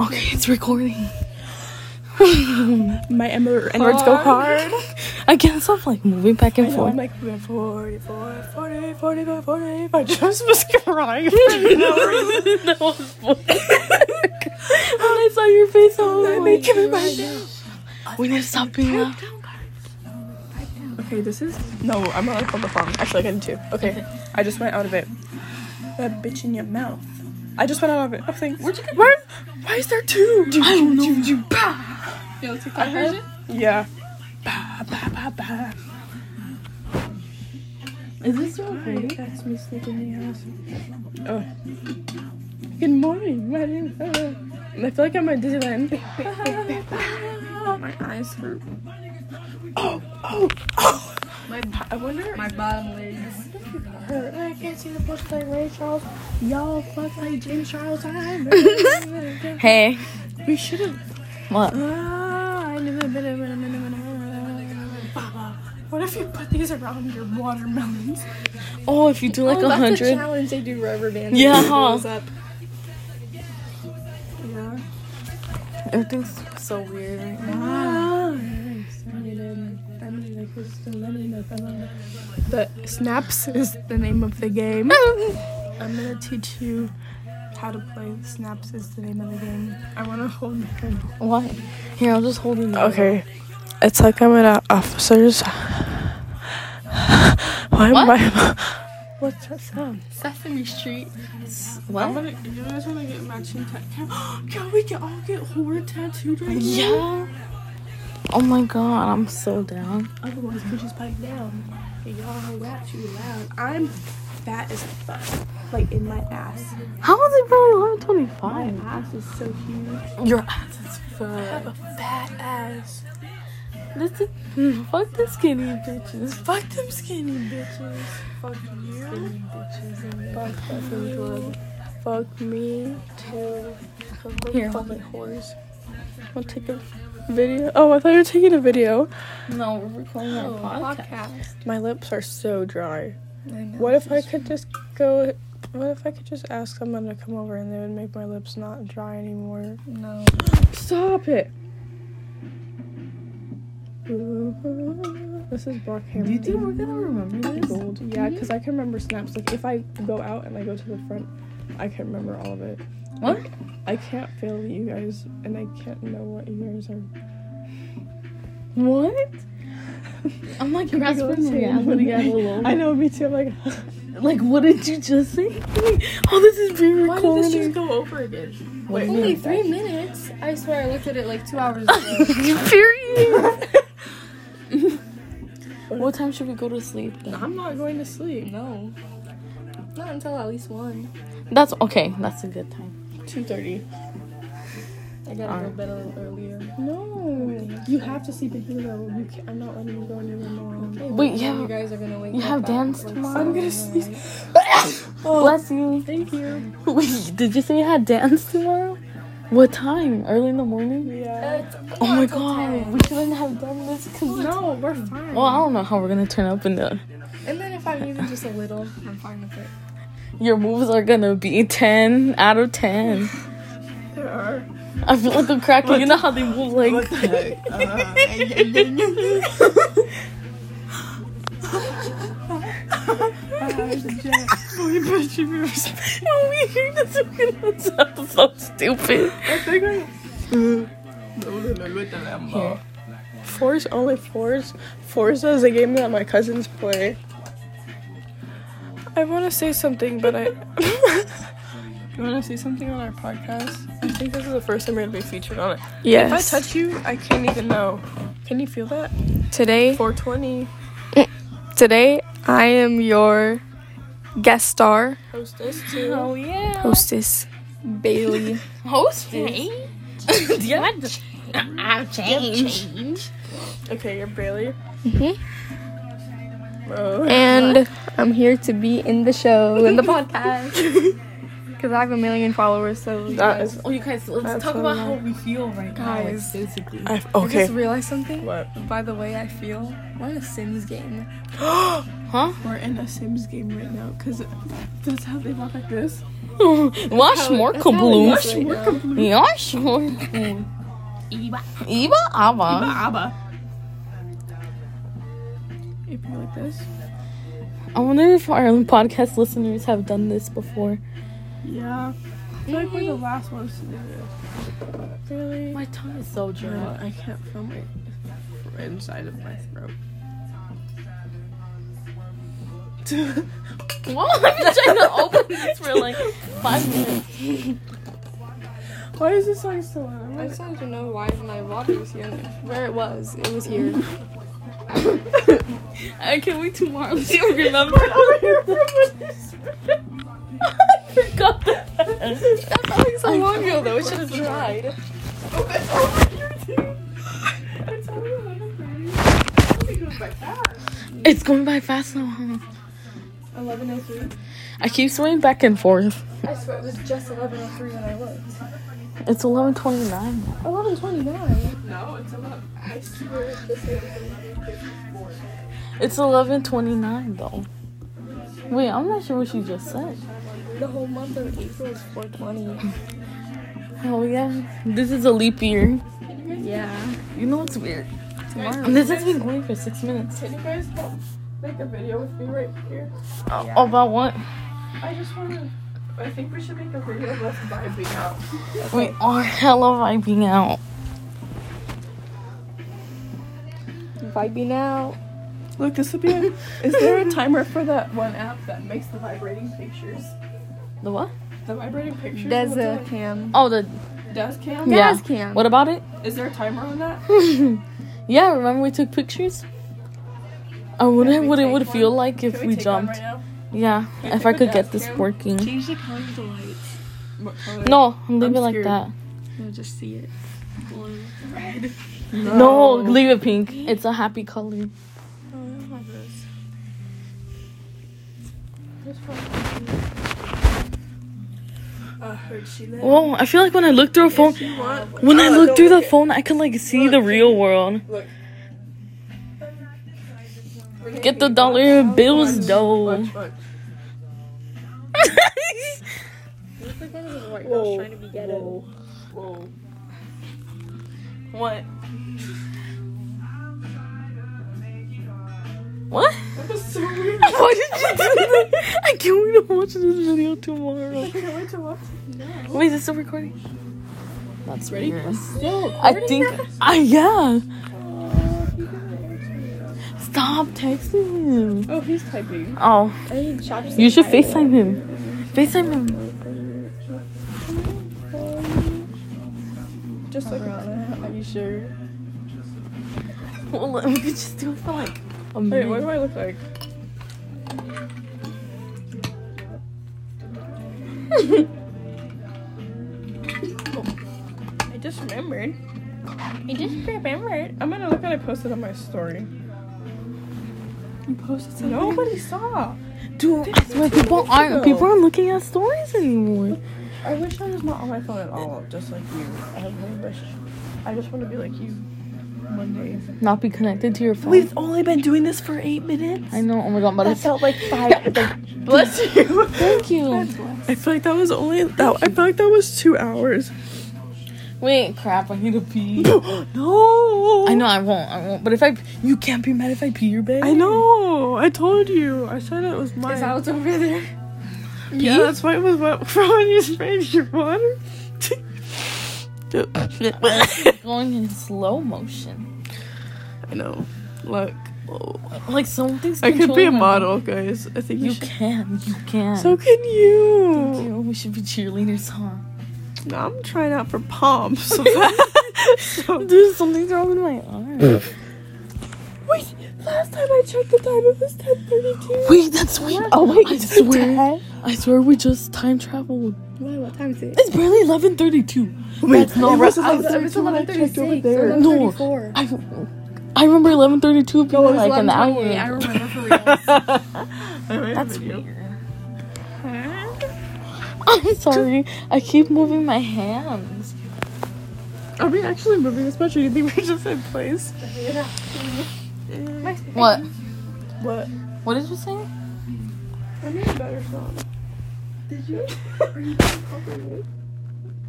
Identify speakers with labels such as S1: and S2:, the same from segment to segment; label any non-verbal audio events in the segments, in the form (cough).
S1: Okay, it's recording.
S2: My Ember and
S1: Words go hard. I guess I'm like moving back and
S2: I know,
S1: forth.
S2: I'm like 44, 40, 45, 45. I just was (laughs) crying. For no reason.
S1: that was
S2: (laughs)
S1: funny. when I saw your face, I was
S2: I
S1: like,
S2: make it right now.
S1: we need to stop being loud.
S2: Okay, this is no. I'm not like on the phone. Actually, I got two. Okay, I just went out of it. That bitch in your mouth. I just went out of it. Oh, thanks. Where'd you get Where? Why is there two?
S1: I don't know.
S2: I heard it. Yeah. Ba, ba, ba, ba.
S1: Is this still recording?
S2: That's me sleeping in the house. Oh. Good morning. My name is. uh, I feel like I'm at Disneyland. My eyes hurt. Oh, oh, oh.
S3: My,
S2: I wonder.
S3: my bottom legs.
S2: hurt. I can't see the push like Ray Charles. Y'all fuck like Jim Charles. I'm
S1: Hey,
S2: we should have.
S1: what?
S2: What if you put these around your watermelons?
S1: Oh, if you do like
S2: oh,
S1: a
S2: That's the
S1: hundred.
S2: challenge they do rubber bands.
S1: Yeah,
S2: It blows
S1: huh.
S2: up. Yeah.
S1: Everything's so weird right now.
S2: The snaps is the name of the game. I'm gonna teach you how to play. The snaps is the name of the game. I wanna hold your hand.
S1: Why? Here, I'll just hold it.
S2: Okay. It's like I'm at an officer's. (sighs) Why am
S1: What?
S2: I? (laughs) What's that sound?
S3: Sesame Street.
S2: I'm
S1: What?
S2: gonna, you guys wanna get matching tattoos? Can (gasps) we get, all get horror tattooed right now?
S1: Yeah. Oh my god, I'm so down.
S2: Otherwise, bitches pipe down. And y'all rap too loud. I'm fat as fuck. Like in my ass.
S1: How is it probably
S2: My
S1: 1125?
S2: ass is so huge.
S1: Your ass is
S2: I have
S1: fat.
S2: a fat ass.
S1: This is, mm, (laughs) fuck the skinny bitches.
S2: Fuck them skinny bitches. Fuck you. Fuck fucking club. Fuck me too.
S1: Here, hold
S2: fucking whores. I'll take a video. Oh, I thought you were taking a video.
S1: No, we're recording our
S3: Oh, podcast.
S2: My lips are so dry.
S3: I know.
S2: What if I could just go? What if I could just ask someone to come over and they would make my lips not dry anymore?
S3: No.
S2: Stop it! This is Brock
S1: Do
S2: Hammond.
S1: you think we're gonna remember this?
S2: gold? Yeah, because I can remember snaps. Like if I go out and I go to the front, I can remember all of it.
S1: What?
S2: I can't fail you guys, and I can't know what yours are.
S1: What? I'm like grasping reality at a (laughs)
S2: (laughs)
S1: little.
S2: I know, me too. I'm like,
S1: Like, what did you just say? Oh, this is being recorded.
S2: go over again?
S1: What do you
S3: Only
S1: mean?
S3: three minutes. I swear I looked at it like two hours ago.
S1: Period. (laughs) what time should we go to sleep?
S2: I'm not going to sleep.
S3: no. Not until at least one.
S1: That's okay. That's a good time.
S2: Two thirty.
S3: I gotta go to bed a little earlier.
S2: No, you have to sleep at Hilo. You can't, I'm not letting you go anywhere tomorrow.
S3: Hey,
S1: Wait,
S3: but
S1: yeah.
S3: You guys are gonna wake
S1: You
S3: up
S1: have
S3: at,
S1: dance
S3: like,
S1: tomorrow?
S2: I'm
S3: seven
S2: gonna Oh.
S3: or
S2: sneeze. (laughs)
S3: eight.
S1: Bless you.
S2: Oh, Thank you.
S1: Wait, did you say you had dance tomorrow? What time? Early in the morning?
S2: Yeah.
S3: Uh, It's
S1: Oh my
S3: not till
S1: god,
S3: 10.
S1: we shouldn't have done this because.
S2: Uh, No, we're fine.
S1: Well, I don't know how we're gonna turn up in the.
S3: And then if I'm even just a little, I'm fine with it.
S1: Your moves are gonna be 10 out of 10.
S2: There are.
S1: I feel like I'm cracking. You know how they move like.
S2: Holy bitch, you moves.
S1: When we hear this, we're gonna sound so stupid.
S2: I think I. Fours, only fours. Fours is a game that my cousins play. I want to say something, but I. (laughs) you want to say something on our podcast? I think this is the first time we're gonna be featured on it. If I
S1: Yes.
S2: touch you, I can't even know. Can you feel that?
S3: Today,
S2: 420
S3: today I am your guest star
S2: hostess too.
S1: oh, yeah.
S3: hostess, (laughs) Bailey.
S1: Host? Change? (laughs) yeah. What? I've changed.
S2: Okay, you're Bailey.
S3: hmm
S2: Oh.
S3: Eh. And I'm here to be in the show, in the podcast. (laughs) Because I have a million followers, so.
S2: That is.
S1: Oh, you guys, let's
S2: That's
S1: talk
S2: so
S1: about
S2: nice.
S1: how we feel right now. Like,
S3: Guys.
S1: physically.
S2: I've,
S3: I just
S2: okay.
S3: realized something.
S2: What?
S3: By the way, I feel. We're in a Sims game.
S1: Huh?
S2: We're in a Sims game right now because that's how they walk like this.
S1: (laughs) Wash more
S3: That's
S1: kabloos.
S3: how it is right now.
S1: Wash more. Iba Aba.
S2: Abba. If you like this.
S1: I wonder if our podcast listeners have done this before.
S2: Yeah. I feel like we're the last ones to do this. Really?
S1: My tongue is so
S2: No,
S1: dry.
S2: I can't feel my from inside of my throat. (laughs)
S1: (laughs) Whoa, I've been trying to open this for like (laughs) five minutes.
S2: Why is this song still on?
S3: I just wanted to know why my water was here. and Where it was, it was here.
S1: I can't wait Uh, tomorrow (laughs) to
S2: (laughs)
S1: remember. I forgot that.
S2: (laughs)
S3: That's probably so long ago though. It should have dried.
S2: Oh,
S1: It's going by fast now, huh?
S3: Eleven oh three.
S1: I keep swaying back and forth.
S3: I swear it was just eleven oh three when I looked.
S1: It's 11:29.
S3: Eleven twenty nine.
S2: No, it's a lot.
S3: I swear it was just
S1: It's 11:29 though. Wait, I'm not sure what you just said.
S3: The whole month of April is four twenty.
S1: Oh yeah, this is a leap year.
S3: Yeah.
S1: You know what's weird?
S3: Tomorrow.
S1: This has been going for six minutes.
S2: Can you guys help make a video with me right here?
S1: Uh, About what?
S2: I just want to. I think we should make a video of us vibing out.
S1: We are oh, hella vibing out.
S3: Vibing out.
S2: Look, this would be. A, is there a timer for that one app that makes the vibrating pictures?
S1: The what?
S2: The vibrating pictures.
S3: There's
S2: What's
S3: a
S2: it
S3: cam.
S1: Oh, the
S2: like? Does cam.
S1: yeah.
S3: Daz cam.
S1: What about it?
S2: Is there a timer on that?
S1: yeah, remember we took pictures. I wonder
S2: we
S1: what it
S2: take
S1: would
S2: one?
S1: feel like if
S2: Can
S1: we,
S2: take one
S1: jumped.
S2: Right now?
S1: yeah,
S2: Can we
S1: if I
S2: take a
S1: could get
S2: Daz
S1: this
S2: cam?
S1: working. (laughs)
S3: Change the color of the lights.
S2: What color?
S1: No, leave it like
S2: scared.
S1: that.
S3: No, just see it. Blue.
S2: Red.
S1: No, leave it pink. It's a happy color.
S3: Oh, I don't have those.
S2: Uh, I heard she left.
S1: Whoa, I feel like when I look through a phone,
S2: If you want-
S1: when I
S2: Oh,
S1: look
S2: don't
S1: through the
S2: look at-
S1: phone, I can like see the real world.
S2: Look.
S1: Get the dollar bills though. (laughs)
S2: Watch, watch.
S3: Looks like one of those white
S2: Whoa,
S3: girls trying to be ghetto.
S2: whoa, whoa.
S1: What? What? (laughs)
S2: That was so weird.
S1: Why did you do that? I can't wait to watch this video tomorrow.
S2: Can't wait to watch.
S1: Wait, is this still recording? That's ready.
S2: Still.
S1: I think. I yeah. Stop texting him.
S2: Oh, he's typing.
S1: Oh,
S3: I need chopsticks.
S1: you should Facetime him. Facetime him. (laughs)
S2: Just look around. Are you sure?
S1: Well, we could just do it for like a
S2: Wait, what do
S1: minute.
S2: I look like? (laughs) I just remembered.
S3: I just remembered.
S2: I'm gonna look at it posted on my story.
S1: You posted something.
S2: Nobody saw.
S1: Dude, I swear people aren't people aren't looking at stories anymore.
S2: I wish I was not on my phone at all, just like you. I really wish. I just want to be like you one day.
S1: Not be connected to your phone.
S2: only been doing this for eight minutes.
S1: I know. Oh my god, but it's
S3: (laughs)
S2: felt like five. like, bless you.
S1: thank you.
S2: (laughs) I feel like that was only that. I feel like that was two hours. (gasps)
S1: Wait, crap! I need to pee.
S2: no.
S1: I know I won't. I won't. But if I, you can't be mad if I pee your bed.
S2: I know. I told you. I said it was mine.
S3: Is that what's over there?
S2: yeah, that's why it was (laughs) what from when you sprayed your water. (laughs)
S1: Going in slow motion.
S2: I know. Look. Oh.
S1: Like something's.
S2: I could be a
S1: controlling my-
S2: model, guys. I think you,
S1: You
S2: should.
S1: can. You can.
S2: So can you.
S1: Dude, we should be cheerleaders, huh?
S2: No, I'm trying out for palms. (laughs) So that- so-
S1: Dude, something's wrong with my arm.
S2: Wait, last time I checked the time, it was 10:32.
S1: wait, that's wait. Oh wait, I swear.
S2: Ten?
S1: I swear we just time traveled.
S3: Why? What time is it?
S1: It's barely eleven thirty-two.
S2: Wait,
S1: That's not
S2: it was
S1: right. I-
S2: eleven- it Oh, was 11:36.
S1: No. I, I remember eleven thirty-two being
S3: No, it was
S1: like an hour.
S3: I
S1: ago.
S3: remember
S2: Oh,
S3: for
S2: (laughs)
S3: real.
S2: I made a
S1: That's
S2: video.
S1: weird. I'm sorry. I keep moving my hands.
S2: Are we actually moving this much, or do you think we're just in (laughs) place?
S1: What?
S2: What?
S1: What did you say?
S2: I need a better song. Did (laughs) you? Are you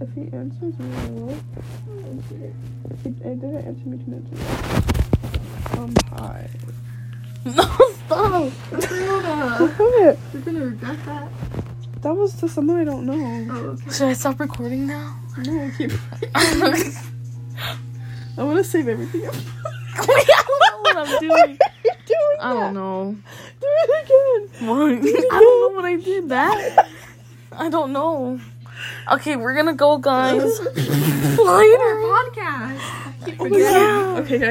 S2: If he answers me, I will. If he it didn't answer me, can answer me. Um, hi.
S1: (laughs) No, stop.
S2: Uh. Quit.
S3: You're gonna regret that.
S2: That was to someone I don't know.
S3: Oh, okay.
S1: Should I stop recording now?
S2: No,
S1: (laughs)
S2: keep.
S1: Wait,
S2: I want to save everything. up.
S1: I don't know what I'm
S2: Why are
S1: doing.
S2: you doing
S1: I
S2: that?
S1: don't know.
S2: Do it again.
S1: What? (laughs) I don't know what I did that. I don't know. Okay, we're gonna go, guys. Later.
S3: Podcast.
S2: (laughs) Oh my
S1: Yeah.
S2: God. Okay, guys.